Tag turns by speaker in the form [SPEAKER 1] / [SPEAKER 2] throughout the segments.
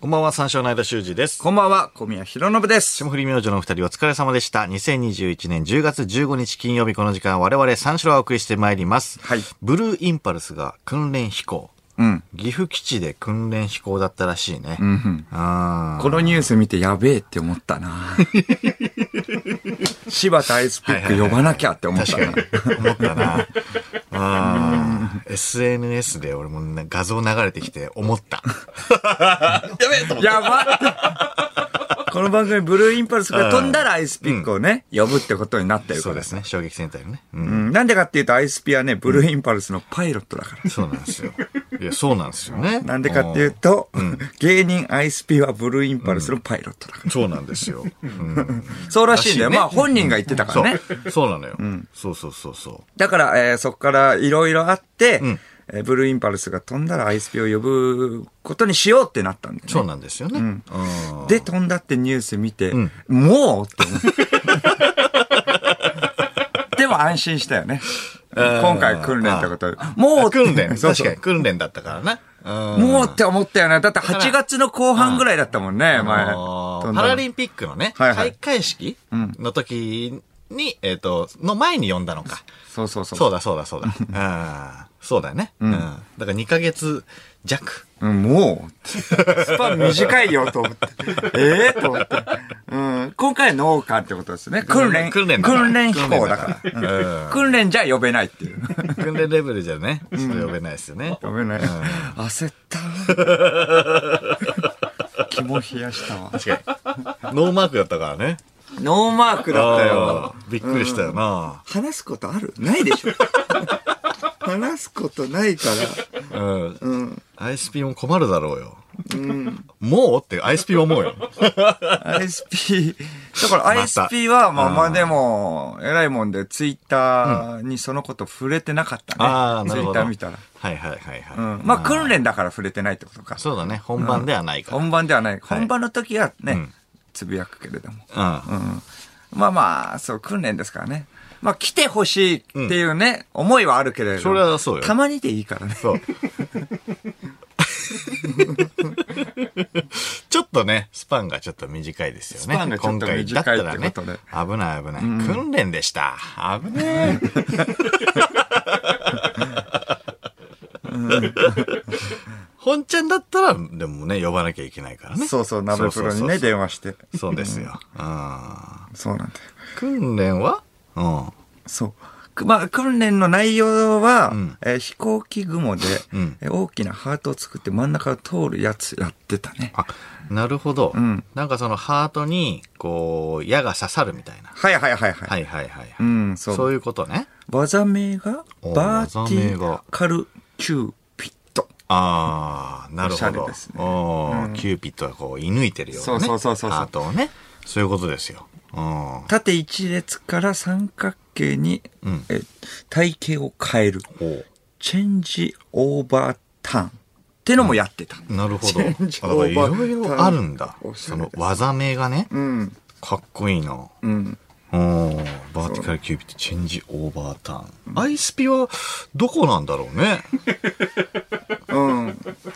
[SPEAKER 1] こんばんは、三章の間修二です。
[SPEAKER 2] こんばんは、小宮弘信です。
[SPEAKER 1] 霜降り明星のお二人お疲れ様でした。2021年10月15日金曜日この時間我々三章をお送りしてまいります。
[SPEAKER 2] はい
[SPEAKER 1] ブルーインパルスが訓練飛行。
[SPEAKER 2] うん。
[SPEAKER 1] 岐阜基地で訓練飛行だったらしいね。
[SPEAKER 2] うん、
[SPEAKER 1] あ
[SPEAKER 2] このニュース見てやべえって思っ たな柴田アイスピック呼ばなきゃって思ったな。
[SPEAKER 1] ー思ったな。あー SNS で俺もね画像流れてきて思った。
[SPEAKER 2] やばっこの番組ブルーインパルスが飛んだらアイスピックをね、呼ぶってことになってるか
[SPEAKER 1] そ
[SPEAKER 2] ら。
[SPEAKER 1] うですね。衝撃戦隊のね。う。
[SPEAKER 2] うんん。なんでかっていうとアイスピはね、ブルーインパルスのパイロットだから。
[SPEAKER 1] そうなんですよ。いや、そう なんですよね。
[SPEAKER 2] なんでかっていうと、芸人アイスピはブルーインパルスのパイロットだから。
[SPEAKER 1] うんそうなんですよ。うん
[SPEAKER 2] そうらしいんだよ。
[SPEAKER 1] らしいね
[SPEAKER 2] まあ本人が言ってたからね。
[SPEAKER 1] そう。そうなのよ。そうそうそうそう。
[SPEAKER 2] だから、えーそこからいろいろあって、
[SPEAKER 1] ん
[SPEAKER 2] えーブルーインパルスが飛んだらアイスピを呼ぶことにしようってなったんだ
[SPEAKER 1] そ
[SPEAKER 2] よ
[SPEAKER 1] う
[SPEAKER 2] ね。
[SPEAKER 1] なんですよね。うん
[SPEAKER 2] で、飛んだってニュース見て、
[SPEAKER 1] ん
[SPEAKER 2] もう って思った。でも安心したよね。今回訓練ってことで。もう
[SPEAKER 1] あ訓練、
[SPEAKER 2] そう
[SPEAKER 1] 確
[SPEAKER 2] そ
[SPEAKER 1] か
[SPEAKER 2] う
[SPEAKER 1] に訓練だったからな。ん
[SPEAKER 2] もうって思ったよね。だって8月の後半ぐらいだったもんね、前。
[SPEAKER 1] あの
[SPEAKER 2] 飛んだ
[SPEAKER 1] パ
[SPEAKER 2] の
[SPEAKER 1] ラリンピックのね、
[SPEAKER 2] はいは
[SPEAKER 1] 開
[SPEAKER 2] い
[SPEAKER 1] 会式の時に、えっと、の前に呼んだのか。
[SPEAKER 2] そうそうそう。
[SPEAKER 1] そうだそうだ そうだ。あーそうだよね。うん。だから2ヶ月弱。
[SPEAKER 2] うん、もう、スパン短いよと思って。 ええと思って。うん、今回は農家ってことですね。訓練、
[SPEAKER 1] 訓練だから
[SPEAKER 2] 訓練飛行だから。
[SPEAKER 1] 訓練だか
[SPEAKER 2] 訓
[SPEAKER 1] ら
[SPEAKER 2] 練訓練じゃ呼べないっていう。
[SPEAKER 1] 訓練レベルじゃね、ちょっと呼べないですよね。
[SPEAKER 2] 呼べない。焦った。 肝冷やしたわ。
[SPEAKER 1] 確かに。ノーマークだったからね。
[SPEAKER 2] ノーマークだったよ
[SPEAKER 1] あ。ーびっくりしたよな。
[SPEAKER 2] 話すことあるないでしょ。 話すことないから。
[SPEAKER 1] うん。ISP も困るだろうよ。もうって ISP 思 うよ。
[SPEAKER 2] ISP、だから ISP は、まあまあでも、偉いもんで、ツイッターにそのこと触れてなかったね。
[SPEAKER 1] ああ、なるほど。
[SPEAKER 2] ツイッター見たら。
[SPEAKER 1] はいはいはいはい。
[SPEAKER 2] うん。まあ訓練だから触れてないってことか。
[SPEAKER 1] そうだね。本番ではないから。
[SPEAKER 2] 本番ではない。
[SPEAKER 1] い
[SPEAKER 2] 本番の時はね、
[SPEAKER 1] うん
[SPEAKER 2] つぶやくけれども。
[SPEAKER 1] うん。
[SPEAKER 2] うん。まあまあ、そう、訓練ですからね。まあ来てほしいっていうね、思いはあるけれども。
[SPEAKER 1] それはそうよ
[SPEAKER 2] たまにでいいからね。
[SPEAKER 1] そう。ちょっとね、スパンがちょっと短いですよね。
[SPEAKER 2] スパンがちょっと短い
[SPEAKER 1] 今回だったらね
[SPEAKER 2] ってことで
[SPEAKER 1] 危ない危ない。訓練でした。危ねえ。本ちゃんだったら、でもね、呼ばなきゃいけないからね。
[SPEAKER 2] そうそう、鍋プロにね、
[SPEAKER 1] そうそう
[SPEAKER 2] 電話して。
[SPEAKER 1] そうそうですよ。うん。
[SPEAKER 2] そうなんだよ。
[SPEAKER 1] 訓練はうん。
[SPEAKER 2] そう。くまあ、訓練の内容は、
[SPEAKER 1] ん
[SPEAKER 2] えー飛行機雲で、
[SPEAKER 1] ん
[SPEAKER 2] えー大きなハートを作って真ん中を通るやつやってたね。
[SPEAKER 1] あ、なるほど。
[SPEAKER 2] ん
[SPEAKER 1] なんかそのハートに、こう、矢が刺さるみたいな。
[SPEAKER 2] はいはいはいはい。
[SPEAKER 1] はいはいはい。
[SPEAKER 2] うん、そ。
[SPEAKER 1] そうういうことね。
[SPEAKER 2] 技名が、
[SPEAKER 1] お
[SPEAKER 2] バーテ
[SPEAKER 1] 技名
[SPEAKER 2] ィ
[SPEAKER 1] が
[SPEAKER 2] カルキューピット。
[SPEAKER 1] ああ、なる
[SPEAKER 2] おしゃ
[SPEAKER 1] ほ
[SPEAKER 2] れ
[SPEAKER 1] ど。
[SPEAKER 2] ですね
[SPEAKER 1] おーキューピットがこう、射抜いてるような、ね。
[SPEAKER 2] そうそうそうそう
[SPEAKER 1] ハートをね。そういうことですよ。うん。
[SPEAKER 2] 縦一列から三角形に、
[SPEAKER 1] うん
[SPEAKER 2] えー体型を変える。チェンジオーバーターン。ってのもやってた。
[SPEAKER 1] な るほど。
[SPEAKER 2] チ
[SPEAKER 1] だ
[SPEAKER 2] ェンジ
[SPEAKER 1] か
[SPEAKER 2] オ
[SPEAKER 1] らい
[SPEAKER 2] ーバー
[SPEAKER 1] ろいろあるんだ
[SPEAKER 2] お。し
[SPEAKER 1] そ
[SPEAKER 2] ゃれで
[SPEAKER 1] の
[SPEAKER 2] す
[SPEAKER 1] 技名がね、
[SPEAKER 2] うん。
[SPEAKER 1] かっこいいな。
[SPEAKER 2] うん。
[SPEAKER 1] おーバーティカルキューピットチェンジオーバーターン。アイスピはどこなんだろう ね。
[SPEAKER 2] うん。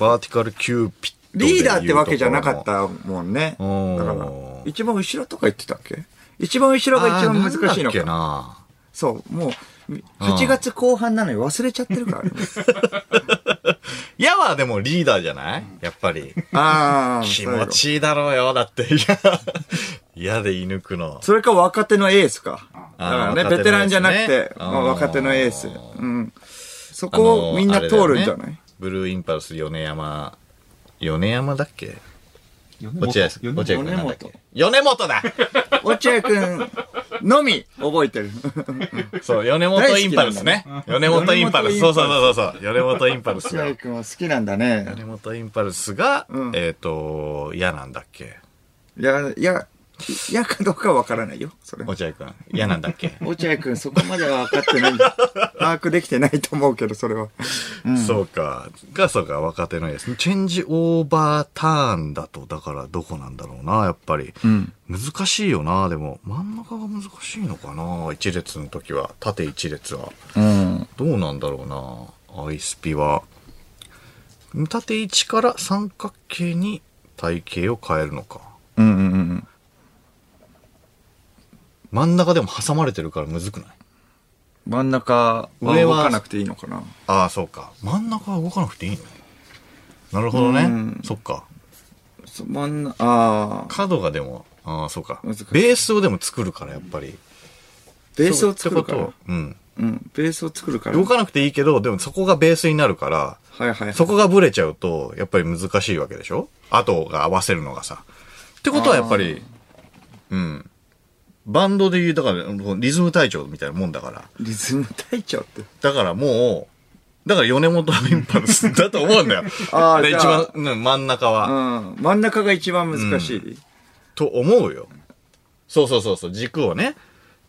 [SPEAKER 1] バーティカルキューピットでいう
[SPEAKER 2] リー
[SPEAKER 1] ところの。
[SPEAKER 2] ダーってわけじゃなかったもんね。だ
[SPEAKER 1] うん
[SPEAKER 2] から、一番後ろとか言ってたっけ一番後ろが一番難しいの
[SPEAKER 1] あーなんだっけ
[SPEAKER 2] か。
[SPEAKER 1] な
[SPEAKER 2] そう、もう、
[SPEAKER 1] ん
[SPEAKER 2] 8月後半なのに忘れちゃってる からね。
[SPEAKER 1] 矢はでもリーダーじゃないやっぱり。
[SPEAKER 2] ああ、
[SPEAKER 1] 気持ちいいだろうよ。だって、い や、矢で射抜くの。
[SPEAKER 2] それか若手のエースか。だ
[SPEAKER 1] あ
[SPEAKER 2] か
[SPEAKER 1] ー
[SPEAKER 2] らね、ベテランじゃなくて、
[SPEAKER 1] あー
[SPEAKER 2] まあ若手のエース。うん。そこをみんな通るんじゃ
[SPEAKER 1] あのあれだ
[SPEAKER 2] な
[SPEAKER 1] よ
[SPEAKER 2] い
[SPEAKER 1] ねブルーインパルス、米山。米山だっけ落合です。落合君なんだっけ米本だ
[SPEAKER 2] 落合くんのみ覚えて る。
[SPEAKER 1] そう、米本インパルスね。米本インパルス。そう
[SPEAKER 2] 米本インパルス
[SPEAKER 1] そうそうそう。米本インパルス
[SPEAKER 2] 落
[SPEAKER 1] よ。
[SPEAKER 2] 合
[SPEAKER 1] 米
[SPEAKER 2] くんは好きなんだね。
[SPEAKER 1] 本インパルスが、
[SPEAKER 2] うん
[SPEAKER 1] えっと、矢なんだっけ
[SPEAKER 2] いや、いや、いやかどうかわからないよ、それは。
[SPEAKER 1] 落合君。矢なんだっ け
[SPEAKER 2] 落合くん、そこまでは分かってない。把握できてないと思うけど、それは。
[SPEAKER 1] そうか。が、そうか、若手のやつ。チェンジオーバーターンだと、だからどこなんだろうな、やっぱり。
[SPEAKER 2] ん
[SPEAKER 1] 難しいよな、でも。真ん中が難しいのかな、一列の時は。縦一列は。
[SPEAKER 2] うん。
[SPEAKER 1] どうなんだろうな、アイスピは。縦1から三角形に体型を変えるのか。
[SPEAKER 2] うんうんうん
[SPEAKER 1] 真ん中でも挟まれてるからむずくない
[SPEAKER 2] 真ん中は
[SPEAKER 1] 上
[SPEAKER 2] 動
[SPEAKER 1] は
[SPEAKER 2] かなくていいのかな
[SPEAKER 1] ああ、そうか。真ん中は動かなくていいのなるほど
[SPEAKER 2] う
[SPEAKER 1] ね
[SPEAKER 2] ん。
[SPEAKER 1] そっか。
[SPEAKER 2] そ真ん中ああ
[SPEAKER 1] 角がでも、ああ、そうか
[SPEAKER 2] 難しい。
[SPEAKER 1] ベースをでも作るから、やっぱり。
[SPEAKER 2] ベースを作るか
[SPEAKER 1] そう
[SPEAKER 2] ら
[SPEAKER 1] ってことはうん。
[SPEAKER 2] うんベースを作るから
[SPEAKER 1] 動かなくていいけど、でもそこがベースになるから、
[SPEAKER 2] はいはいはい
[SPEAKER 1] そこがブレちゃうと、やっぱり難しいわけでしょ後が合わせるのがさ。ってことはやっぱり、うん。バンドで言う、だから、リズム隊長みたいなもんだから。
[SPEAKER 2] リズム隊長って。
[SPEAKER 1] だからもう、だから米本インパルスだと思うんだよ
[SPEAKER 2] あー
[SPEAKER 1] で
[SPEAKER 2] じ
[SPEAKER 1] 一
[SPEAKER 2] ゃあ
[SPEAKER 1] 番、うん真ん中は。
[SPEAKER 2] うん真ん中が一番難しい
[SPEAKER 1] と思うよ。そうそうそうそう、軸をね、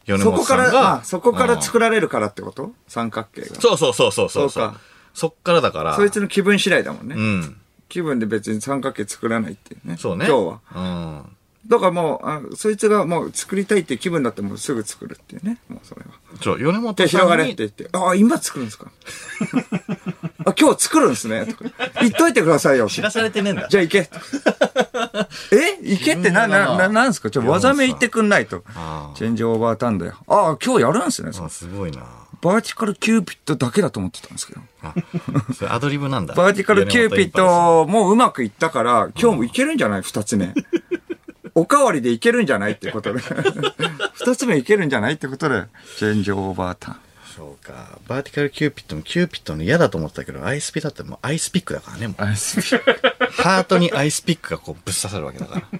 [SPEAKER 1] 米
[SPEAKER 2] そ
[SPEAKER 1] 本
[SPEAKER 2] こ
[SPEAKER 1] さ
[SPEAKER 2] か
[SPEAKER 1] んが。
[SPEAKER 2] らあそこから
[SPEAKER 1] る。
[SPEAKER 2] 作られるからってこと三角形が
[SPEAKER 1] そうそうそうそうそう。
[SPEAKER 2] そうか
[SPEAKER 1] そっからだから。
[SPEAKER 2] そいつの気分次第だもん
[SPEAKER 1] う
[SPEAKER 2] ね
[SPEAKER 1] ん。
[SPEAKER 2] 気分で別に三角形作らないっていうね
[SPEAKER 1] そうね。
[SPEAKER 2] 今日は
[SPEAKER 1] は。
[SPEAKER 2] だからもうあそいつがもう作りたいっていう気分だってもうすぐ作るっていうねもうそれは
[SPEAKER 1] うん。そう、米本さん
[SPEAKER 2] で、
[SPEAKER 1] に。
[SPEAKER 2] 広がれって言って、ああ、今作るんですか あ、今日作るんですねとか。言っといてくださいよ。
[SPEAKER 1] 知
[SPEAKER 2] じゃ
[SPEAKER 1] らされてねえん だ。
[SPEAKER 2] あ行け。え行けってな、な、な、なんすかちょ、技名言ってくんないと。
[SPEAKER 1] あ
[SPEAKER 2] チェンジオーバーターンだよ。ああ、今日やるんですね。
[SPEAKER 1] あ、すごいな。
[SPEAKER 2] バーティカルキューピットだけだと思ってたんですけど。
[SPEAKER 1] あそれアドリブなんだ。
[SPEAKER 2] バーティカルキューピットもううまくいったから、今日もいけるんじゃない二つ目。おかわりでいけるんじゃないって ことで。二つ目いけるんじゃないってことで、チェンジオーバーターン。
[SPEAKER 1] そうか。バーティカルキューピットもキューピットの嫌だと思ってたけど、アイスピだってもうアイスピックだからね、もう。
[SPEAKER 2] あすげえ
[SPEAKER 1] ハートにアイスピックがこうぶっ刺さるわけだから。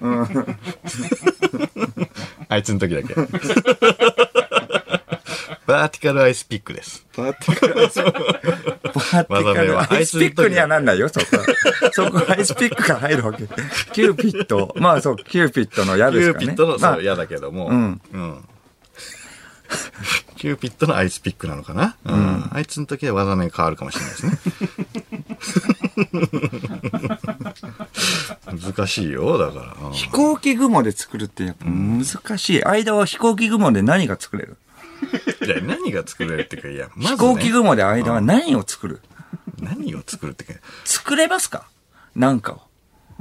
[SPEAKER 1] あいつの時だけ。バーティカルアイスピックです。
[SPEAKER 2] バーティカルアイスピック。バーティカルアイスピックにはなんないよ、そこは。そこはアイスピックが入るわけ。キューピット。まあそう、キューピットの矢
[SPEAKER 1] キ
[SPEAKER 2] です
[SPEAKER 1] ュ
[SPEAKER 2] か
[SPEAKER 1] ー
[SPEAKER 2] らね。
[SPEAKER 1] ピットの、
[SPEAKER 2] まあ
[SPEAKER 1] そう、嫌だけども。
[SPEAKER 2] ん
[SPEAKER 1] うん キューピットのアイスピックなのかな、うん、あいつの時は技名変わるかもしれないですね。 難しいよ、だから。うん
[SPEAKER 2] 飛行機雲で作るってやっぱ難しい。間は飛行機雲で何が作れる、
[SPEAKER 1] いや、何が作れるっていうか、いや、まず、ね、
[SPEAKER 2] 飛行機雲で間は何を作る
[SPEAKER 1] 何を作るっていうか、
[SPEAKER 2] 作れますかなんかを。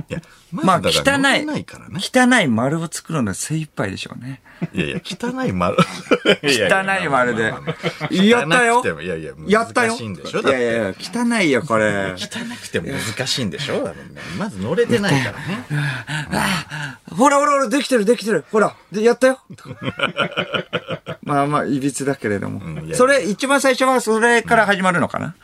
[SPEAKER 1] いや、
[SPEAKER 2] まあ
[SPEAKER 1] まずだ
[SPEAKER 2] 汚
[SPEAKER 1] から乗
[SPEAKER 2] い
[SPEAKER 1] れないからね。
[SPEAKER 2] 汚い丸を作るのは精一杯でしょうね。
[SPEAKER 1] いやいや、汚い丸。
[SPEAKER 2] 汚い丸で
[SPEAKER 1] まあまあまあ
[SPEAKER 2] やったよ
[SPEAKER 1] 汚くてもいやいや、
[SPEAKER 2] やったよ
[SPEAKER 1] 難しいんでしょ
[SPEAKER 2] い
[SPEAKER 1] だっ
[SPEAKER 2] やい
[SPEAKER 1] て。
[SPEAKER 2] やいや、汚いよ、これ。
[SPEAKER 1] 汚くても難しいんでしょだからねまず乗れてないからね。
[SPEAKER 2] ほらほらほら、できてるできてる。ほら、で、やっ たよ。まあまあ、いびつだけれども。
[SPEAKER 1] んいやいや
[SPEAKER 2] それ、一番最初はそれから始まるのかな、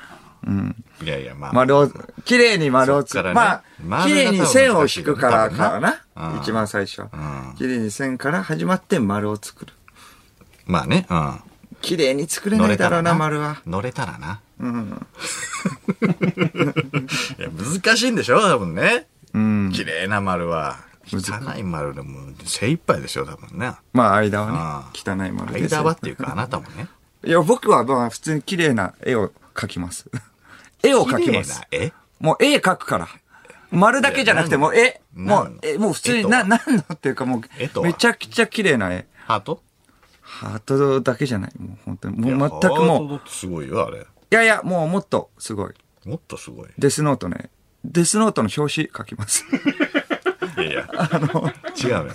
[SPEAKER 1] いやいや、まあ。
[SPEAKER 2] 丸を、綺麗に丸をつ、
[SPEAKER 1] そっからね
[SPEAKER 2] まあ、
[SPEAKER 1] 丸
[SPEAKER 2] 綺
[SPEAKER 1] が
[SPEAKER 2] 麗に線を引くか
[SPEAKER 1] 多
[SPEAKER 2] ら
[SPEAKER 1] 分難しい
[SPEAKER 2] か
[SPEAKER 1] よね
[SPEAKER 2] な。
[SPEAKER 1] うん
[SPEAKER 2] 一番最初は
[SPEAKER 1] うん。
[SPEAKER 2] 綺麗に線から始まって丸を作る。
[SPEAKER 1] まあね、うん。
[SPEAKER 2] 綺麗に作れないだろうな、丸は。
[SPEAKER 1] 乗れたらな。 いや、難しいんでしょ多分ね。
[SPEAKER 2] うん。
[SPEAKER 1] 綺麗な丸は。汚い丸でも精一杯ですよ、多分ね。
[SPEAKER 2] まあ、間はね、汚い丸です。
[SPEAKER 1] 間はっていうか、あなたも ね。
[SPEAKER 2] いや、僕はまあ、普通に綺麗な絵を描きます。 絵を描
[SPEAKER 1] 綺
[SPEAKER 2] き
[SPEAKER 1] 麗
[SPEAKER 2] ま
[SPEAKER 1] な
[SPEAKER 2] す。
[SPEAKER 1] 絵
[SPEAKER 2] もう絵描くから。丸だけじゃなくて、もう絵。
[SPEAKER 1] 何
[SPEAKER 2] も
[SPEAKER 1] の
[SPEAKER 2] う、え、もう普通
[SPEAKER 1] 絵
[SPEAKER 2] に、
[SPEAKER 1] とは
[SPEAKER 2] な、なんのっていうかも
[SPEAKER 1] 絵
[SPEAKER 2] う、
[SPEAKER 1] とは
[SPEAKER 2] めちゃくちゃ綺麗な絵。
[SPEAKER 1] ハート
[SPEAKER 2] ハートだけじゃない。もう本当に。
[SPEAKER 1] い
[SPEAKER 2] も
[SPEAKER 1] や
[SPEAKER 2] う全く
[SPEAKER 1] ハ
[SPEAKER 2] もう、
[SPEAKER 1] ートだってすごいよ、あれ。
[SPEAKER 2] いやいや、もうもっとすごい。
[SPEAKER 1] もっとすごい。
[SPEAKER 2] デスノートね。デスノートの表紙描 きます。
[SPEAKER 1] いやいや。あの、違うね。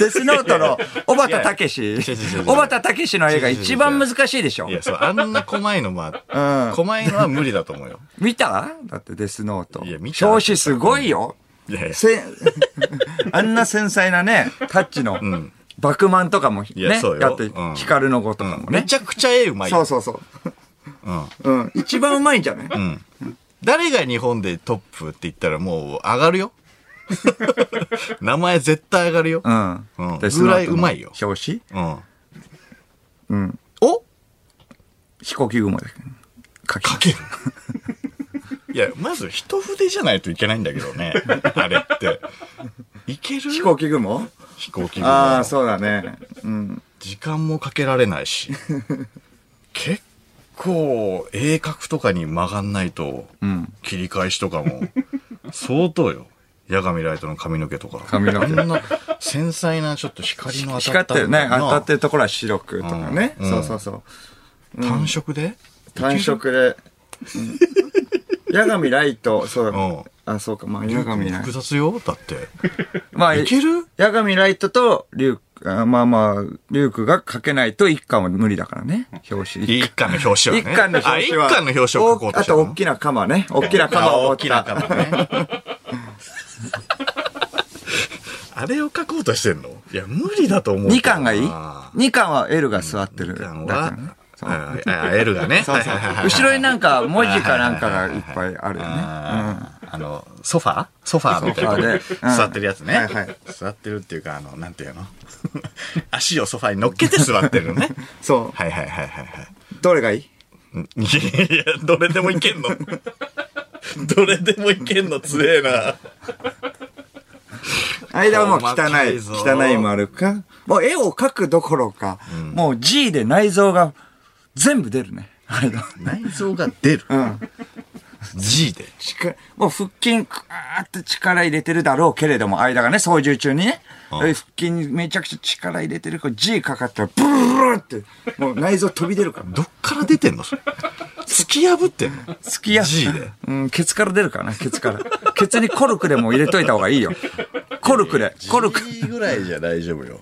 [SPEAKER 2] デスノートの、小畑武史
[SPEAKER 1] 違う違う違う違う。
[SPEAKER 2] 小畑武史の絵が一番難しいでしょ
[SPEAKER 1] い。や、そう、あんな細いのも
[SPEAKER 2] う
[SPEAKER 1] あ
[SPEAKER 2] ん、
[SPEAKER 1] 細いのは無理だと思うよ。
[SPEAKER 2] 見ただってデスノート。
[SPEAKER 1] いや見た
[SPEAKER 2] 表紙すごいよ。
[SPEAKER 1] いやいや、
[SPEAKER 2] せ あんな繊細なね、タッチの、
[SPEAKER 1] ん
[SPEAKER 2] バクマンとかもね、
[SPEAKER 1] いやそうよ
[SPEAKER 2] だって
[SPEAKER 1] う、ん
[SPEAKER 2] 光の子とかもね
[SPEAKER 1] め。ちゃくちゃ絵うまい。。
[SPEAKER 2] そうそうそう
[SPEAKER 1] ん。
[SPEAKER 2] う。うん。一番うまいんじゃない
[SPEAKER 1] うん。誰が日本でトップって言ったらもう上が るよ。名前絶対上がるよ。
[SPEAKER 2] うん。
[SPEAKER 1] うん
[SPEAKER 2] デスノートの
[SPEAKER 1] ぐらいうまいよ
[SPEAKER 2] 表紙
[SPEAKER 1] うん。
[SPEAKER 2] うん。
[SPEAKER 1] お
[SPEAKER 2] 飛行機雲で書き
[SPEAKER 1] かける。いや、まず一筆じゃないといけないんだけどね。あれって。いける
[SPEAKER 2] 飛行機雲
[SPEAKER 1] 飛行機
[SPEAKER 2] あ
[SPEAKER 1] あ
[SPEAKER 2] あ、そうだね。うん。
[SPEAKER 1] 時間もかけられない し。結構、鋭角とかに曲がんないと、
[SPEAKER 2] うん。
[SPEAKER 1] 切り返しとかも、相当よ。八神ライトの髪の毛とか。
[SPEAKER 2] 髪の毛
[SPEAKER 1] あんな繊細なちょっと光の当た
[SPEAKER 2] 光っ
[SPEAKER 1] った
[SPEAKER 2] てるね。
[SPEAKER 1] な
[SPEAKER 2] 当たってるところは白くとかね。
[SPEAKER 1] うん
[SPEAKER 2] そうそうそう。
[SPEAKER 1] 単色で
[SPEAKER 2] 単色で。八神ライト、そうだ。
[SPEAKER 1] うん
[SPEAKER 2] あ、そうか、まあ、八神ライ
[SPEAKER 1] 複
[SPEAKER 2] ト。
[SPEAKER 1] 雑よだって。
[SPEAKER 2] まあ、
[SPEAKER 1] いける
[SPEAKER 2] 八神ライトと、リュウク、あまあまあ、リュウクが書けないと一巻は無理だからね。表紙。
[SPEAKER 1] 一巻の表紙は
[SPEAKER 2] 一
[SPEAKER 1] ね。
[SPEAKER 2] 巻の表紙は。
[SPEAKER 1] あ一巻の表紙を書こうと
[SPEAKER 2] あ
[SPEAKER 1] した
[SPEAKER 2] と、大
[SPEAKER 1] の。
[SPEAKER 2] きな鎌ね。大きな鎌を持
[SPEAKER 1] 大
[SPEAKER 2] った
[SPEAKER 1] きな頭ね。 あれを書こうとしてんのいや、無理だと思うけどな。
[SPEAKER 2] 二巻がいい
[SPEAKER 1] あ
[SPEAKER 2] 二巻は L が座ってる。
[SPEAKER 1] ー
[SPEAKER 2] だ
[SPEAKER 1] 二巻
[SPEAKER 2] から
[SPEAKER 1] は
[SPEAKER 2] ね。そう
[SPEAKER 1] ああ L がね。
[SPEAKER 2] そうそ
[SPEAKER 1] は
[SPEAKER 2] う
[SPEAKER 1] いはいはいはい
[SPEAKER 2] 後ろになんか文字かなんかがいっぱいあるよね。うん
[SPEAKER 1] あーあの、ソファーソファーみたいな
[SPEAKER 2] ソファーでうん
[SPEAKER 1] 座ってるやつね、
[SPEAKER 2] はいはい
[SPEAKER 1] 座ってるっていうか、あの、なんていうの 足をソファーに乗っけて座ってるのね。
[SPEAKER 2] そ
[SPEAKER 1] はいはいはいはいはい。
[SPEAKER 2] う。どれがいい
[SPEAKER 1] いやいや、どれでもいけんの。どれでもいけんの、つえな。
[SPEAKER 2] 間はもう汚
[SPEAKER 1] 細か
[SPEAKER 2] い、
[SPEAKER 1] いぞ
[SPEAKER 2] 汚い丸か。もう絵を描くどころか、もう G で内臓が全部出るね。あれだ。
[SPEAKER 1] 内臓が出る。
[SPEAKER 2] ん
[SPEAKER 1] G で。
[SPEAKER 2] 力もう腹筋、くーって力入れてるだろうけれども、間がね、操縦中にね。腹筋にめちゃくちゃ力入れてる。こう G かかったら、ブルルルって、もう内臓飛び出るから。
[SPEAKER 1] どっから出てんのそれ。突き破ってんの
[SPEAKER 2] 突きや
[SPEAKER 1] G で。
[SPEAKER 2] うん、ケツから出るからな、ケツから。 ケツにコルクでも入れといた方がいいよ。コルクで、コルク。
[SPEAKER 1] G ぐらいじゃ大丈夫よ。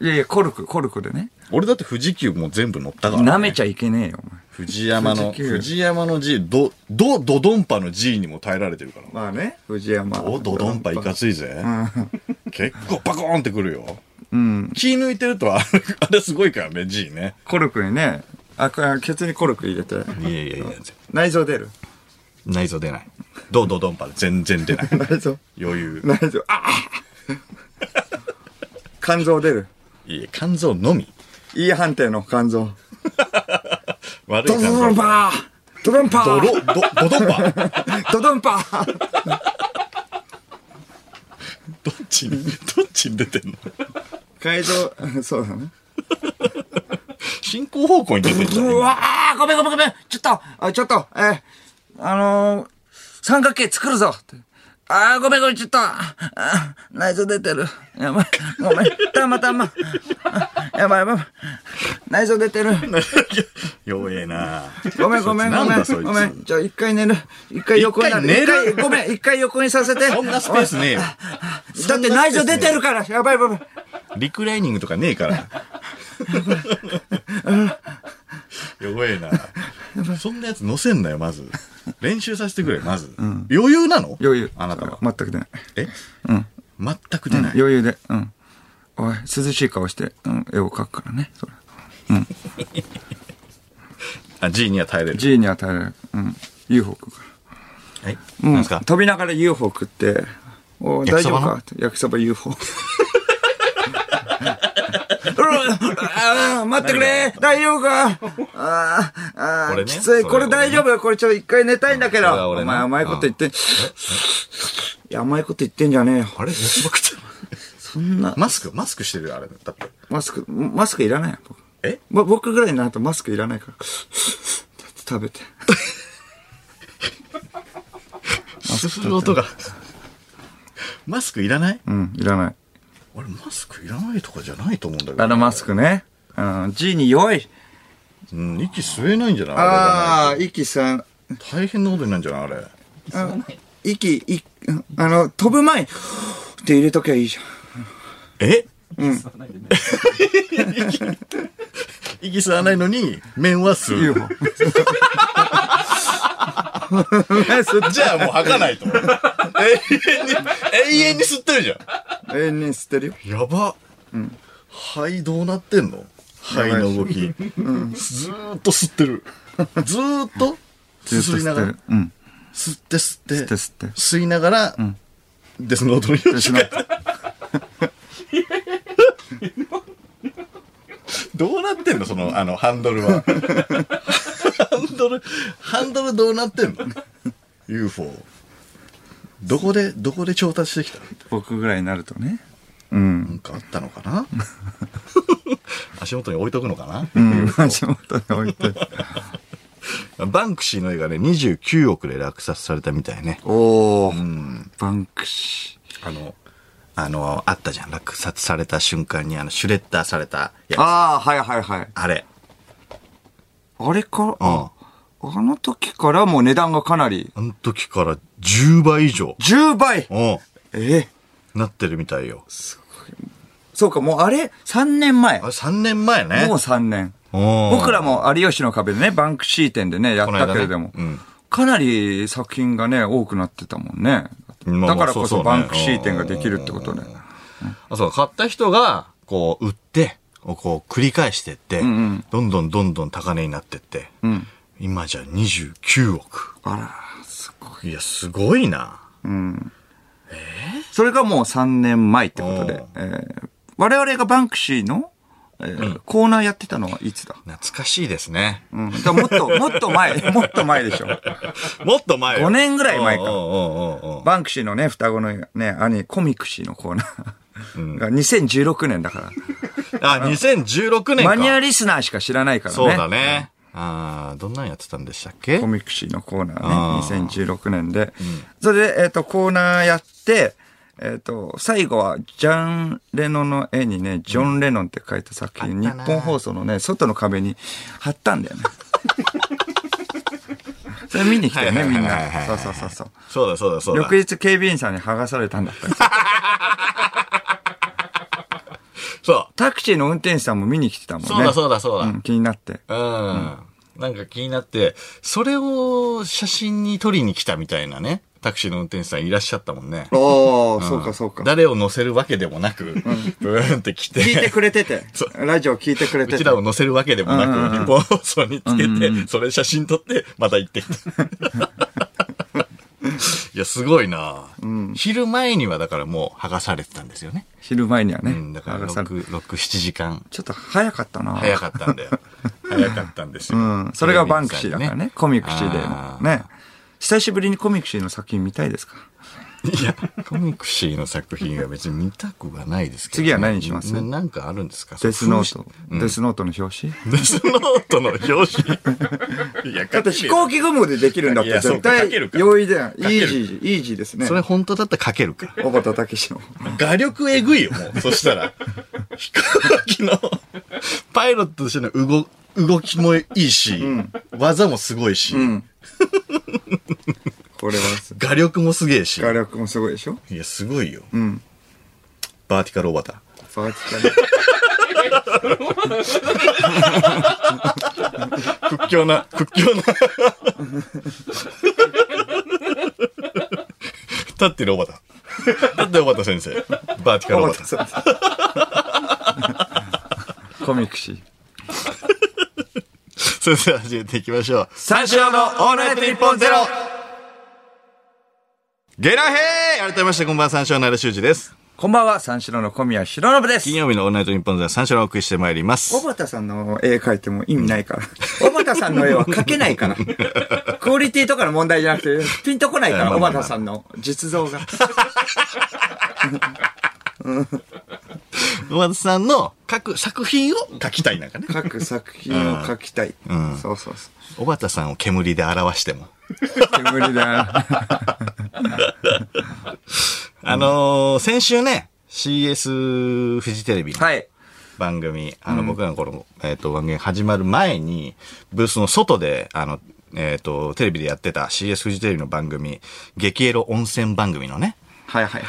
[SPEAKER 2] いやいや、コルク、コルクでね。
[SPEAKER 1] 俺だって富士急もう全部乗ったから、
[SPEAKER 2] 舐めちゃいけねえよ、
[SPEAKER 1] 藤山の、
[SPEAKER 2] 富士急
[SPEAKER 1] 藤山の G、ど、ど、ドドンパの G にも耐えられてるから
[SPEAKER 2] お。前。まあね、藤山。
[SPEAKER 1] お、ドドンパいかついぜ。結構バコーンってくるよ。気抜いてるとあれ、あれすごいからね、G ね。
[SPEAKER 2] コルクにね、あ、これケツにコルク入れて、
[SPEAKER 1] いやいやいや、
[SPEAKER 2] 内臓出る。
[SPEAKER 1] 内臓出ない。ドドドンパで全然出ない。
[SPEAKER 2] 内臓。
[SPEAKER 1] 余裕。
[SPEAKER 2] 内臓、ああ肝臓出る。
[SPEAKER 1] いや、肝臓のみ。
[SPEAKER 2] E 判定の肝臓。
[SPEAKER 1] 悪い
[SPEAKER 2] ド
[SPEAKER 1] 肝臓。
[SPEAKER 2] ドンパードドンパ
[SPEAKER 1] ド
[SPEAKER 2] ー
[SPEAKER 1] ロ、ド、ドドンパ
[SPEAKER 2] ドドンパー
[SPEAKER 1] どっちに、どっちに出てんの
[SPEAKER 2] 改造、 そうだね。
[SPEAKER 1] 進行方向に出てんじゃ
[SPEAKER 2] うんうわあごめんごめんごめんちょっと、あちょっと、えーあのー三角形作るぞってああごめんごめん、ちょっと、ああ内臓出てる。やばい、ごめん、たまたま、あやばいやばい、内臓出てる。
[SPEAKER 1] 弱えな
[SPEAKER 2] ごめんごめんご
[SPEAKER 1] な
[SPEAKER 2] め
[SPEAKER 1] だ
[SPEAKER 2] ん、
[SPEAKER 1] そいつ
[SPEAKER 2] ごめん、じゃあ一回寝る。一回横になる。
[SPEAKER 1] 一回寝る
[SPEAKER 2] 一回ごめん、一回横にさせて。
[SPEAKER 1] そんなスペースねえよ。
[SPEAKER 2] だって内臓出てるから、やばいやばい。
[SPEAKER 1] リクライニングとかねえから。弱えな。そんなやつ乗せんなよ、まず。練習させてくれ、まず。余裕なの
[SPEAKER 2] 余裕。
[SPEAKER 1] あなたは。
[SPEAKER 2] 全く出ない。
[SPEAKER 1] え全く出ない。
[SPEAKER 2] 余裕で、うん。おい、涼しい顔して、うん、絵を描くからね、それ。
[SPEAKER 1] あ、G には耐えれる。
[SPEAKER 2] G に与えられる。うん。UFO くんから。
[SPEAKER 1] はい。
[SPEAKER 2] うん。
[SPEAKER 1] なんすか
[SPEAKER 2] 飛びながら UFO 食って、お
[SPEAKER 1] 焼
[SPEAKER 2] 大
[SPEAKER 1] きそ
[SPEAKER 2] 丈夫
[SPEAKER 1] ばの
[SPEAKER 2] かって焼きそば UFO。うるあー待ってくれ大丈夫かあーあ
[SPEAKER 1] こ
[SPEAKER 2] ー、
[SPEAKER 1] れね
[SPEAKER 2] きつい。
[SPEAKER 1] それ
[SPEAKER 2] これ大丈夫よこれちょ、一回寝たいんだけ
[SPEAKER 1] それは
[SPEAKER 2] ど。
[SPEAKER 1] 俺
[SPEAKER 2] お
[SPEAKER 1] ね
[SPEAKER 2] 前甘いこと言って、いや、甘いこと言ってんじゃねえよ。
[SPEAKER 1] あれ焼きそば食った
[SPEAKER 2] そんな、
[SPEAKER 1] マスクマスクしてるよ、あれ。だって。
[SPEAKER 2] マスク、マスクいらないよ。僕
[SPEAKER 1] え
[SPEAKER 2] ぼ僕ぐらいになるとマスクいらないから。食べて。
[SPEAKER 1] すする音が。マスクいらない
[SPEAKER 2] うん、いらない。
[SPEAKER 1] 俺、マスクいらないとかじゃないと思うんだけど。
[SPEAKER 2] あのマスクね。うん、G に弱い。
[SPEAKER 1] うん、息吸えないんじゃない
[SPEAKER 2] ああ
[SPEAKER 1] あ、れ
[SPEAKER 2] 息さん、
[SPEAKER 1] がないと大変なことになるんじゃないあれ。
[SPEAKER 2] 息、い、あの、飛ぶ前に、って入れときゃいいじゃん。
[SPEAKER 1] えうん。息吸わないのに、面は吸 う。
[SPEAKER 2] UFO。吸っ
[SPEAKER 1] じゃあもう吐かないと。 永遠に、永遠に吸ってるじゃ
[SPEAKER 2] 永遠に吸ってるよ。
[SPEAKER 1] ん。やば。肺どうなってんの肺の動き。ずーっと吸ってる。 ずーっと、すすりながら。
[SPEAKER 2] うん。
[SPEAKER 1] 吸って吸って。吸
[SPEAKER 2] って吸って
[SPEAKER 1] いながら、デスノートに
[SPEAKER 2] しない。
[SPEAKER 1] どうなってんのその、あの、ハンドルは。ハンドル、ハンドルどうなってんの ?UFO。どこで、どこで調達してきたの
[SPEAKER 2] 僕ぐらいになるとね。
[SPEAKER 1] なんかあったのかな 足元に置いとくのか
[SPEAKER 2] うん。足元に置いて。
[SPEAKER 1] なバンクシーの絵がね、29億で落札されたみたいね。
[SPEAKER 2] おー。バンクシ
[SPEAKER 1] あの、あの、あったじゃん。落札された瞬間に、あの、シュレッダーされた
[SPEAKER 2] ー。
[SPEAKER 1] やつ。
[SPEAKER 2] ああ、はいはいはい。
[SPEAKER 1] あれ。
[SPEAKER 2] あれか
[SPEAKER 1] うん。
[SPEAKER 2] あの時からもう値段がかなり、
[SPEAKER 1] あの時から10倍以上、
[SPEAKER 2] 10倍
[SPEAKER 1] うん、
[SPEAKER 2] ええ
[SPEAKER 1] なってるみたいよ。
[SPEAKER 2] そうか、もうあれ、3年前。
[SPEAKER 1] あ
[SPEAKER 2] も
[SPEAKER 1] れ3年前ね。
[SPEAKER 2] う3年。僕
[SPEAKER 1] 僕
[SPEAKER 2] らも有吉の壁でね、バンクシー展でね、やっ
[SPEAKER 1] この間
[SPEAKER 2] た
[SPEAKER 1] ね
[SPEAKER 2] けれども、
[SPEAKER 1] うん
[SPEAKER 2] かなり作品がね、多くなってたもんね。
[SPEAKER 1] まあ
[SPEAKER 2] だからこ
[SPEAKER 1] そうそうね
[SPEAKER 2] そバンクシー展ができるってことね。
[SPEAKER 1] あ、そう、買った人が、こう、売って、をこう、繰り返してって、どんどんどんどん高値になってって、今じゃ29億。
[SPEAKER 2] あら、すごい。
[SPEAKER 1] いや、すごいな。
[SPEAKER 2] それがもう3年前ってことで、えー我々がバンクシーの、えーコーナーやってたのはいつだ
[SPEAKER 1] 懐かしいですね。
[SPEAKER 2] うん、だからもっと、 もっと前、もっと前でしょ。
[SPEAKER 1] もっと前よ
[SPEAKER 2] 5年ぐらい前か
[SPEAKER 1] うんうんうんうんうん
[SPEAKER 2] バンクシーのね、双子のね、兄、コミクシーのコーナーが2016年だから。
[SPEAKER 1] あ、2016年か。
[SPEAKER 2] マニアリスナーしか知らないからね。
[SPEAKER 1] そうだね。ああ、どんなんやってたんでしたっけ
[SPEAKER 2] コミクシーのコーナ
[SPEAKER 1] あ
[SPEAKER 2] ーね、2016年で。それで、えっ、と、コーナーやって、えっ、と、最後は、ジャン・レノンの絵にね、ジョン・レノンって書いた作品、
[SPEAKER 1] あっ
[SPEAKER 2] 日
[SPEAKER 1] たな
[SPEAKER 2] 本放送のね、外の壁に貼ったんだ よね。それ見に来てね、みん
[SPEAKER 1] はいはいはい
[SPEAKER 2] な。
[SPEAKER 1] は
[SPEAKER 2] そ
[SPEAKER 1] いう
[SPEAKER 2] そうそうそう。
[SPEAKER 1] そうだそうだそうだ
[SPEAKER 2] 翌。日警備員さんに剥がされたんだったんですよ
[SPEAKER 1] そ
[SPEAKER 2] タクシーの運転手さんも見に来てたもん
[SPEAKER 1] う。
[SPEAKER 2] ね。
[SPEAKER 1] そうだそうだそうだ。
[SPEAKER 2] うん、気になって。
[SPEAKER 1] うん。なんか気になって、それを写真に撮りに来たみたいなね、タクシーの運転手さんいらっしゃったもんね。
[SPEAKER 2] おお、そうかそうか。
[SPEAKER 1] 誰を乗せるわけでもなく、ブーンって来て、
[SPEAKER 2] 聞いてくれて て。ラジオ聞いてくれて
[SPEAKER 1] う
[SPEAKER 2] て。
[SPEAKER 1] ちらを乗せるわけでもな
[SPEAKER 2] うんうん
[SPEAKER 1] く、日本放送につけて、それ写真撮って、また行ってき た。いや、すごいな、昼前にはだからもう剥がされてたんですよね。
[SPEAKER 2] 昼前にはね。
[SPEAKER 1] うん、だから
[SPEAKER 2] 剥がされ
[SPEAKER 1] 6、6 7時間
[SPEAKER 2] ちょっと早かったな。
[SPEAKER 1] 早かったん だよ。早かったんですよ。
[SPEAKER 2] うん。それがバンクシーだからね。コミクシーで
[SPEAKER 1] あ
[SPEAKER 2] も。
[SPEAKER 1] ー
[SPEAKER 2] ね。久しぶりにコミクシーの作品見たいですか
[SPEAKER 1] いや、コミクシーの作品は別に見たくはないですけど、
[SPEAKER 2] 次は何にします
[SPEAKER 1] ななんかあるんですか
[SPEAKER 2] デスノート。
[SPEAKER 1] うん
[SPEAKER 2] デスノートの表紙
[SPEAKER 1] デスノートの表紙。いや、
[SPEAKER 2] だ
[SPEAKER 1] か
[SPEAKER 2] って飛行機雲でできるんだっ
[SPEAKER 1] い
[SPEAKER 2] て
[SPEAKER 1] やそう
[SPEAKER 2] 絶
[SPEAKER 1] か
[SPEAKER 2] 対
[SPEAKER 1] 書けるか
[SPEAKER 2] 容易だよ。イ
[SPEAKER 1] ける
[SPEAKER 2] ージー、イージーですね。
[SPEAKER 1] それ本当だったら書けるか。
[SPEAKER 2] 小畑武史の。
[SPEAKER 1] 画力えぐいよ、もう。そした ら。飛行機の、パイロットとしての動、動きもいいし、技もすごいし、
[SPEAKER 2] うん。これはす、
[SPEAKER 1] 画力もすげえし。
[SPEAKER 2] 画力もすごいでしょ
[SPEAKER 1] いや、すごいよ。
[SPEAKER 2] うん。
[SPEAKER 1] バーティカルオバタ。
[SPEAKER 2] バーティカル。
[SPEAKER 1] 屈強な、屈強 な。立ってるおばた。立ってるおばた先生。バーティカルおばた。
[SPEAKER 2] 小畑さん コミクシー。
[SPEAKER 1] それでは始めていきましょう。
[SPEAKER 2] 三四郎のオールナイトニッポンゼロ
[SPEAKER 1] ゲラヘー改めまして、こんばんは、三四郎の奈良修二です。
[SPEAKER 2] こんばんは、三四郎の小宮浩信です
[SPEAKER 1] 金。曜日のオールナイトニッポンでは三四郎をお送りしてまいります
[SPEAKER 2] 小。畑さんの絵描いても意味ないから。小畑さんの絵は描けない から。クオリティとかの問題じゃなくて、ピンとこないか
[SPEAKER 1] いや
[SPEAKER 2] ら、
[SPEAKER 1] まあ
[SPEAKER 2] 小
[SPEAKER 1] まあまあ
[SPEAKER 2] 畑さんの実像が。
[SPEAKER 1] 小松さんの各作品を書きたいなんかね。
[SPEAKER 2] 各作品を描きたい。
[SPEAKER 1] ん
[SPEAKER 2] そうそうそ
[SPEAKER 1] 小畑さんを煙で表しても。
[SPEAKER 2] う。 煙だ。
[SPEAKER 1] あのー、先週ね、CS フジテレビの
[SPEAKER 2] はい。
[SPEAKER 1] 番組、あの、僕らの頃の、えっ、と、番組始まる前に、ブースの外で、あの、えっ、と、テレビでやってた CS フジテレビの番組、激エロ温泉番組 のね、
[SPEAKER 2] はいはいは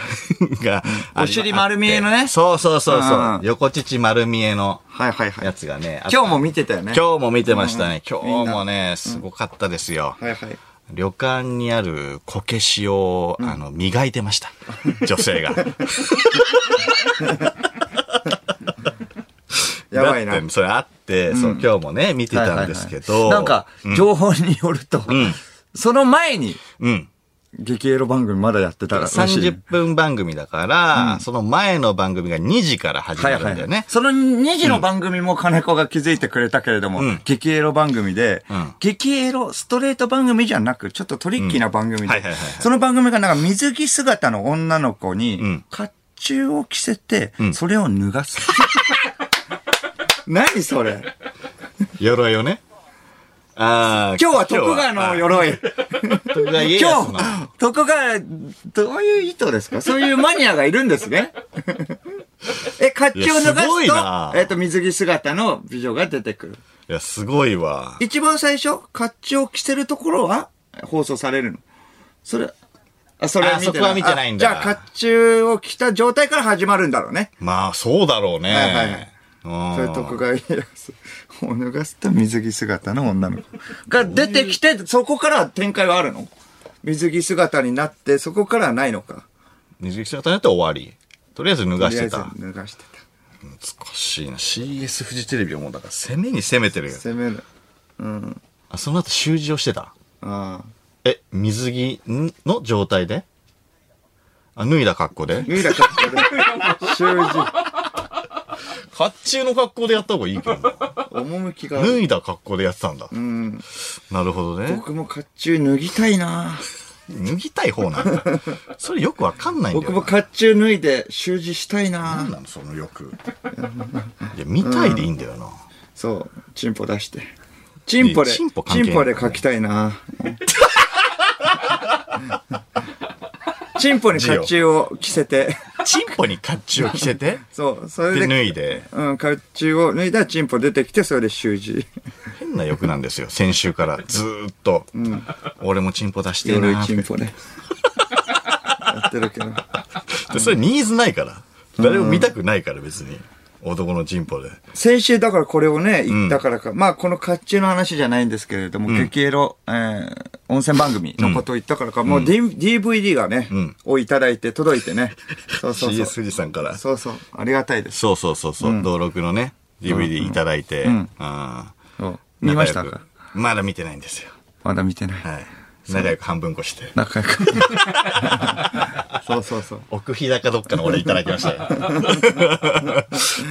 [SPEAKER 2] い。
[SPEAKER 1] が、あり
[SPEAKER 2] お尻丸見えのね。
[SPEAKER 1] そうそうそうそううん横乳丸見えの
[SPEAKER 2] はいはいは
[SPEAKER 1] や
[SPEAKER 2] い。
[SPEAKER 1] つがね、
[SPEAKER 2] 今
[SPEAKER 1] も、
[SPEAKER 2] 日も見てたよね。
[SPEAKER 1] 今日も見てましたね。
[SPEAKER 2] うん
[SPEAKER 1] 今日もね、すごかったですよ。
[SPEAKER 2] はいはい。
[SPEAKER 1] 旅館にあるこけしを、あの、磨いてました。女性が。
[SPEAKER 2] やばい
[SPEAKER 1] だ
[SPEAKER 2] な
[SPEAKER 1] っ。てそれあって、そう、今日もね、見てたんですけ
[SPEAKER 2] はい
[SPEAKER 1] ど。
[SPEAKER 2] はいはいなんか、情報によると、その前に、
[SPEAKER 1] うん。
[SPEAKER 2] 激エロ番組まだやってたらしい。
[SPEAKER 1] 30分番組だから、その前の番組が2時から始ま
[SPEAKER 2] はい
[SPEAKER 1] るん
[SPEAKER 2] は
[SPEAKER 1] だよ
[SPEAKER 2] い、
[SPEAKER 1] ね。
[SPEAKER 2] その2時の番組も金子が気づいてくれたけれども、
[SPEAKER 1] うん
[SPEAKER 2] 激エロ番組で、
[SPEAKER 1] うん
[SPEAKER 2] 激エロストレート番組じゃなく、ちょっとトリッキーな番組
[SPEAKER 1] うんは
[SPEAKER 2] で
[SPEAKER 1] いはいはいはい、
[SPEAKER 2] その番組がなんか水着姿の女の子
[SPEAKER 1] うん
[SPEAKER 2] に、甲冑を着せて、
[SPEAKER 1] ん
[SPEAKER 2] それを脱が す。何それ
[SPEAKER 1] 鎧をね。ああ。
[SPEAKER 2] 今日は徳川の
[SPEAKER 1] 鎧。
[SPEAKER 2] 鎧。
[SPEAKER 1] 徳川家
[SPEAKER 2] 今
[SPEAKER 1] 康の
[SPEAKER 2] 日、徳川、どういう意図ですかそういうマニアがいるんです ね。え、甲冑を脱
[SPEAKER 1] い
[SPEAKER 2] がす
[SPEAKER 1] やすごいな
[SPEAKER 2] と、えっと、水着姿の美女が出てくる。
[SPEAKER 1] いや、すごいわ。
[SPEAKER 2] 一番最初、甲冑を着せるところは放送されるの。それ、あ、そ
[SPEAKER 1] あそこは見てないんだ
[SPEAKER 2] あじゃあ、甲冑を着た状態から始まるんだろうね。
[SPEAKER 1] まあ、そうだろうね。
[SPEAKER 2] はいはいはい
[SPEAKER 1] うん
[SPEAKER 2] それ徳川家康を脱がせた水着姿の女の子が出てきて、そこから展開はあるの水着姿になって、そこからはないのか。
[SPEAKER 1] 水着姿になって終わり。とりあえず脱が
[SPEAKER 2] と
[SPEAKER 1] し
[SPEAKER 2] りあえ
[SPEAKER 1] て
[SPEAKER 2] ず
[SPEAKER 1] た。
[SPEAKER 2] 脱がしてた。
[SPEAKER 1] 難しいな。CS フジテレビはもうだから攻めに攻めてるよ。
[SPEAKER 2] 攻める。うん。
[SPEAKER 1] あ、その後習字をしてた。
[SPEAKER 2] ああ。
[SPEAKER 1] え、水着んの状態であ、脱いだ格好で
[SPEAKER 2] 脱いだ格好で。習字。
[SPEAKER 1] 甲冑の格好でやった方がいいけど な。
[SPEAKER 2] 趣があ
[SPEAKER 1] 脱
[SPEAKER 2] る。
[SPEAKER 1] いだ格好でやってたんだ。
[SPEAKER 2] うん。
[SPEAKER 1] なるほどね。
[SPEAKER 2] 僕も甲冑脱ぎたいな
[SPEAKER 1] 脱ぎたい方なん だ。それよくわかんないんだよ
[SPEAKER 2] 僕
[SPEAKER 1] な。
[SPEAKER 2] も甲冑脱いで習字したいな
[SPEAKER 1] なんなのその欲。いや、見たいでいいんだよな。
[SPEAKER 2] そう、チンポ出して。チンポで、
[SPEAKER 1] いや
[SPEAKER 2] チ
[SPEAKER 1] チ
[SPEAKER 2] ン
[SPEAKER 1] ン
[SPEAKER 2] ポ
[SPEAKER 1] ポ関係ない
[SPEAKER 2] で書きたいな。チンポに甲冑を着せて、
[SPEAKER 1] チンポに甲冑を着せて、
[SPEAKER 2] そう、それ
[SPEAKER 1] で、
[SPEAKER 2] で、
[SPEAKER 1] 脱いで。
[SPEAKER 2] うん、甲冑を脱いだらチンポ出てきて、それで習字。
[SPEAKER 1] 変な欲なんですよ。先週からずーっと。俺もチンポ出してえ
[SPEAKER 2] 夜
[SPEAKER 1] なーって
[SPEAKER 2] チンポね。やってるけど。
[SPEAKER 1] でそれニーズないから。誰も見たくないから別に。男のチンポで。
[SPEAKER 2] 先週だからこれをね、言ったからか。まあ、この甲冑の話じゃないんですけれども、激エロ、えー温泉番組のことを言ったからか、もう D- DVD がね、
[SPEAKER 1] ん
[SPEAKER 2] をいただいて届い てね。そうそうそう
[SPEAKER 1] CS 富士さんから。
[SPEAKER 2] そうそう。ありがたいです。
[SPEAKER 1] そうそうそうそう。登録のね、DVD いただいて。あー
[SPEAKER 2] 見ました
[SPEAKER 1] 仲
[SPEAKER 2] か
[SPEAKER 1] 良くまだ見てないんですよ。
[SPEAKER 2] まだ見てない。
[SPEAKER 1] はい。仲良く半分こして。
[SPEAKER 2] 仲良 く。そうそうそう。
[SPEAKER 1] 奥日高どっかの俺いただきました よ。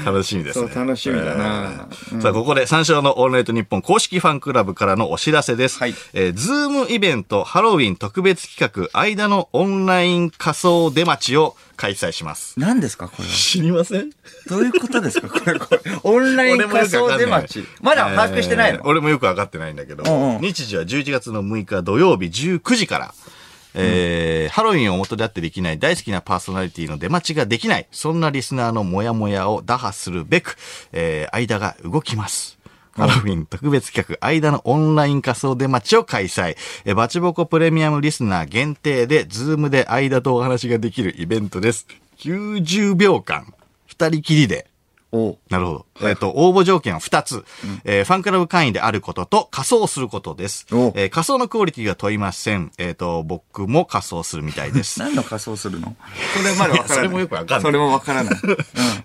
[SPEAKER 1] 楽しみですね。
[SPEAKER 2] そう楽しみだな
[SPEAKER 1] えーさあ、ここで三章のオールナイト日本公式ファンクラブからのお知らせです。
[SPEAKER 2] はい
[SPEAKER 1] えーズームイベントハロウィン特別企画、間のオンライン仮想出待ちを開催します。
[SPEAKER 2] 何ですかこれは。
[SPEAKER 1] 知りません
[SPEAKER 2] どういうことですかこれ、これ。オンライン仮想出待ち。まだ把握してないの、
[SPEAKER 1] 俺もよくわかってないんだけど、
[SPEAKER 2] んうん
[SPEAKER 1] 日時は11月の6日土曜日19時から、えーハロウィンを元であってできない大好きなパーソナリティの出待ちができない、そんなリスナーのモヤモヤを打破するべく、えー間が動きます。ハロウィン特別企画、間のオンライン仮想出待ちを開催。えーバチボコプレミアムリスナー限定で、ズームで間とお話ができるイベントです。90秒間、二人きりで、
[SPEAKER 2] おう
[SPEAKER 1] なるほど。えっ、と、応募条件は2つ、えーファンクラブ会員であることと仮装することです。え
[SPEAKER 2] お
[SPEAKER 1] ー仮装のクオリティが問いません。えっ、と、僕も仮装するみたいで す。
[SPEAKER 2] 何の仮装するのそれまでわからない。
[SPEAKER 1] いやそれもよくわかんない
[SPEAKER 2] それもわか らない。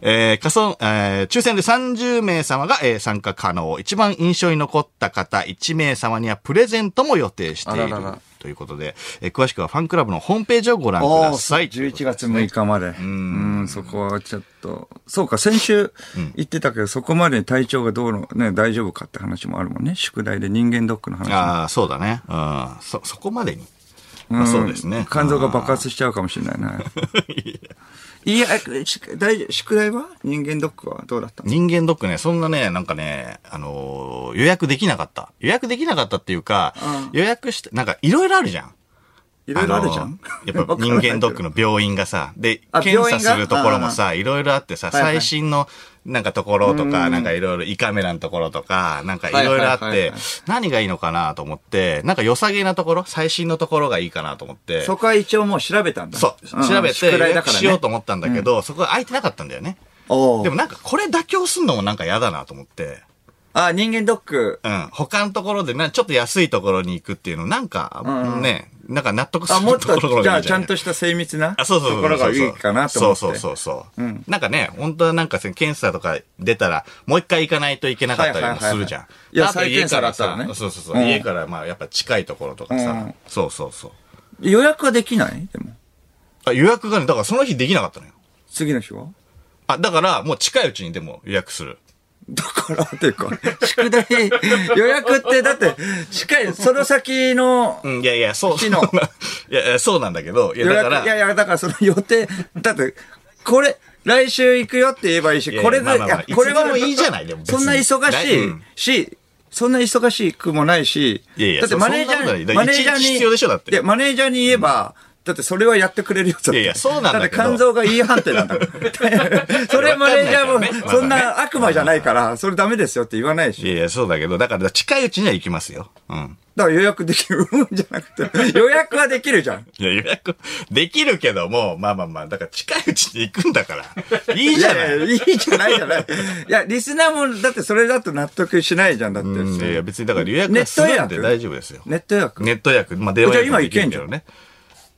[SPEAKER 1] えー仮装、えー抽選で30名様が、えー参加可能。一番印象に残った方、1名様にはプレゼントも予定している。
[SPEAKER 2] あららら
[SPEAKER 1] ということで、えー詳しくはファンクラブのホームページをご覧く
[SPEAKER 2] お
[SPEAKER 1] だ
[SPEAKER 2] お
[SPEAKER 1] さい。
[SPEAKER 2] 11月6日まで。うん、そこはちょっと。そうか、先週言ってたけど、そこまで体調がどうの、ね、大丈夫かって話もあるもんね。宿題で人間ドックの話も
[SPEAKER 1] ああ、そうだね。うん。そ、そこまでに。まあ、そうですね。
[SPEAKER 2] 肝臓が爆発しちゃうかもしれな いな。いや、えし大丈夫宿題は人間ドックはどうだったの
[SPEAKER 1] 人間ドックね、そんなね、なんかね、あのー予約できなかった。予約できなかったっていうか、予約して、なんかいろいろあるじゃん。
[SPEAKER 2] い
[SPEAKER 1] い
[SPEAKER 2] ろいろあるじゃん、
[SPEAKER 1] やっ ぱ人間ドックの病院がさ、で、
[SPEAKER 2] あ
[SPEAKER 1] 検査
[SPEAKER 2] 病院が
[SPEAKER 1] するところもさ、いろいろあってさ、
[SPEAKER 2] はいはい
[SPEAKER 1] 最新のなんかところとか、なんかいろいろ胃カメラのところとか、なんかいろいろあっ
[SPEAKER 2] はいはいはい
[SPEAKER 1] て
[SPEAKER 2] はい、
[SPEAKER 1] 何がいいのかなと思って、なんか良さげなところ、最新のところがいいかなと思って。
[SPEAKER 2] そこは一応もう調べたんだ。
[SPEAKER 1] そう、
[SPEAKER 2] ん
[SPEAKER 1] 調べて
[SPEAKER 2] 宿
[SPEAKER 1] 予
[SPEAKER 2] 題だ
[SPEAKER 1] 約
[SPEAKER 2] から
[SPEAKER 1] しようと
[SPEAKER 2] ね。
[SPEAKER 1] 思ったんだけど、そこが空いてなかったんだよね。
[SPEAKER 2] おう
[SPEAKER 1] でもなんかこれ妥協すんのもなんか嫌だなと思って。
[SPEAKER 2] あ、人間ドック。
[SPEAKER 1] うん。他のところでな、ちょっと安いところに行くっていうの、なんか、ね、なんか納得す
[SPEAKER 2] あ、
[SPEAKER 1] る
[SPEAKER 2] もっ
[SPEAKER 1] ところがいい
[SPEAKER 2] と、じゃあ
[SPEAKER 1] じ
[SPEAKER 2] ちゃ
[SPEAKER 1] ゃ
[SPEAKER 2] ん
[SPEAKER 1] ん。
[SPEAKER 2] とした精密な
[SPEAKER 1] あ、
[SPEAKER 2] と
[SPEAKER 1] そうそうそう。
[SPEAKER 2] ころがいいかなと思って。
[SPEAKER 1] そう
[SPEAKER 2] う。
[SPEAKER 1] そうそうそう。なんかね、本当はなんかせ検査とか出たら、もう一回行かないといけなかったりもするじゃん。
[SPEAKER 2] はいはいはいはいいや
[SPEAKER 1] あと
[SPEAKER 2] 再検査だったらね
[SPEAKER 1] 家からさそうそうそう。
[SPEAKER 2] うん
[SPEAKER 1] 家から、まあ、やっぱ近いところとかさ。
[SPEAKER 2] うん
[SPEAKER 1] そうそうそう。
[SPEAKER 2] 予約はできないでも。
[SPEAKER 1] あ予約がね、だからその日できなかったのよ。
[SPEAKER 2] 次の日は
[SPEAKER 1] あ、だから、もう近いうちにでも予約する。
[SPEAKER 2] だからっ ていうか、宿題、予約って、だって、近い、その先の
[SPEAKER 1] うん、いやいや、そう。
[SPEAKER 2] 昨日
[SPEAKER 1] いやいや、そうなんだけど、いや、
[SPEAKER 2] 予
[SPEAKER 1] だ
[SPEAKER 2] 約
[SPEAKER 1] から。
[SPEAKER 2] いやいや、だからその予定、だって、これ、来週行くよって言えばいいし、
[SPEAKER 1] いやいや
[SPEAKER 2] これぐらい、
[SPEAKER 1] まあまあまあ
[SPEAKER 2] いやこれ
[SPEAKER 1] いつでもいいじゃないでも別
[SPEAKER 2] そ
[SPEAKER 1] に
[SPEAKER 2] んな忙し
[SPEAKER 1] う
[SPEAKER 2] い
[SPEAKER 1] ん
[SPEAKER 2] し、そんな忙しくもないし、
[SPEAKER 1] いやいや
[SPEAKER 2] だってマネージャ
[SPEAKER 1] そんなことない
[SPEAKER 2] ー
[SPEAKER 1] だ
[SPEAKER 2] に、
[SPEAKER 1] から
[SPEAKER 2] マネージャー
[SPEAKER 1] 一日
[SPEAKER 2] に、
[SPEAKER 1] 必要でしょだって
[SPEAKER 2] いやマネージャーに言えば、だってそれはやってくれるよ、ちょっと
[SPEAKER 1] いやいやそうなんだけど
[SPEAKER 2] って肝臓が E 判定なんだもん。 それはマネージャ
[SPEAKER 1] わかんない
[SPEAKER 2] ー
[SPEAKER 1] から
[SPEAKER 2] も、
[SPEAKER 1] ね
[SPEAKER 2] そんな悪魔じゃないから、それダメですよって言わないでし
[SPEAKER 1] い
[SPEAKER 2] ょ。
[SPEAKER 1] やいや、そうだけど、だから近いうちには行きますよ。うん。
[SPEAKER 2] だから予約できる、 うんじゃなくて、予約はできるじゃん。
[SPEAKER 1] いや、予約、できるけども、まあまあまあ、だから近いうちに行くんだ から。いいじゃない。
[SPEAKER 2] いやいやいいじゃないじゃない。いや、リスナーも、だってそれだと納得しないじゃん、だって。
[SPEAKER 1] うんいやいや、別にだから予約はするんで大丈夫ですよ。
[SPEAKER 2] ネット予約。
[SPEAKER 1] ネット予約、まあ、電話予約
[SPEAKER 2] じゃあ今
[SPEAKER 1] できる
[SPEAKER 2] 行けん
[SPEAKER 1] ね。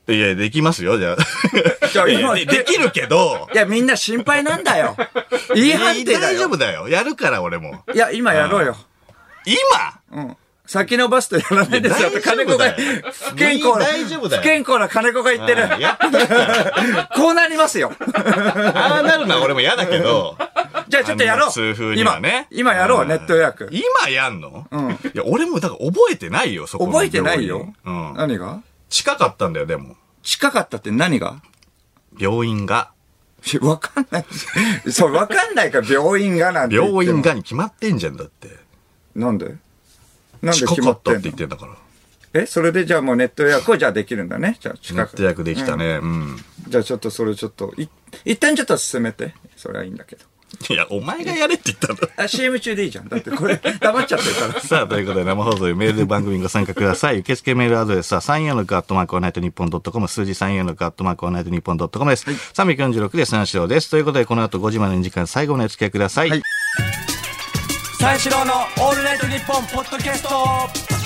[SPEAKER 1] いやいや、できますよ、じゃあ。
[SPEAKER 2] じゃあ
[SPEAKER 1] いやいや
[SPEAKER 2] 今
[SPEAKER 1] でできるけど、
[SPEAKER 2] いや、みんな心配なんだよ。いい判定だ
[SPEAKER 1] 大丈
[SPEAKER 2] よ。
[SPEAKER 1] 夫だよ。やるから、俺も。
[SPEAKER 2] いや、今やろうよ。
[SPEAKER 1] 今
[SPEAKER 2] うん。先延ばすとやらないですよって
[SPEAKER 1] いや
[SPEAKER 2] 金子が、
[SPEAKER 1] 大丈夫だよ
[SPEAKER 2] 不健康な、
[SPEAKER 1] 大丈夫だよ
[SPEAKER 2] 不健康な金子が言ってる。
[SPEAKER 1] やってるから
[SPEAKER 2] こうなり ますよ。
[SPEAKER 1] ああなるのは俺も嫌だけど。
[SPEAKER 2] じゃあちょっとやろ
[SPEAKER 1] あの痛風
[SPEAKER 2] う。
[SPEAKER 1] に
[SPEAKER 2] 今
[SPEAKER 1] はね。
[SPEAKER 2] 今やろう、
[SPEAKER 1] ん
[SPEAKER 2] ネット予約。
[SPEAKER 1] 今やんの
[SPEAKER 2] ん
[SPEAKER 1] いや、俺もだから覚えてないよ、そこの
[SPEAKER 2] 覚えてな
[SPEAKER 1] 病
[SPEAKER 2] いよ。
[SPEAKER 1] 院うん。
[SPEAKER 2] 何が
[SPEAKER 1] 近かったんだよ、でも。
[SPEAKER 2] 近かったって何が
[SPEAKER 1] 病院が。
[SPEAKER 2] いやわかんない。そう、わかんないから、病院がなんて言っても。
[SPEAKER 1] 病院がに決まってんじゃんだって。
[SPEAKER 2] なんでなんで
[SPEAKER 1] 近
[SPEAKER 2] 決
[SPEAKER 1] か
[SPEAKER 2] ま
[SPEAKER 1] っ
[SPEAKER 2] った
[SPEAKER 1] って
[SPEAKER 2] ん
[SPEAKER 1] 言
[SPEAKER 2] の
[SPEAKER 1] ってんだから。
[SPEAKER 2] え、それでじゃあもうネット予約をじゃあできるんだね。じゃあ
[SPEAKER 1] ネ
[SPEAKER 2] 近
[SPEAKER 1] ッ
[SPEAKER 2] く。
[SPEAKER 1] ト約できたね。うん。
[SPEAKER 2] じゃあちょっとそれちょっと、い一旦ちょっと進めて。それはいいんだけど。
[SPEAKER 1] いや、お前がやれって言ったんだ。
[SPEAKER 2] あ、CM 中でいいじゃん。だってこれ、黙っちゃってるから。
[SPEAKER 1] さあ、ということで生放送でメールで番組にご参加ください。受付メールアドレスは346アットマークオールナイトニッポンドットコム、数字346アットマークオールナイトニッポンドットコムです。346で三四郎です。ということで、この後5時までの時間、最後までお付き合いください。
[SPEAKER 2] 三四郎のオールナイトニッポンポッドキャスト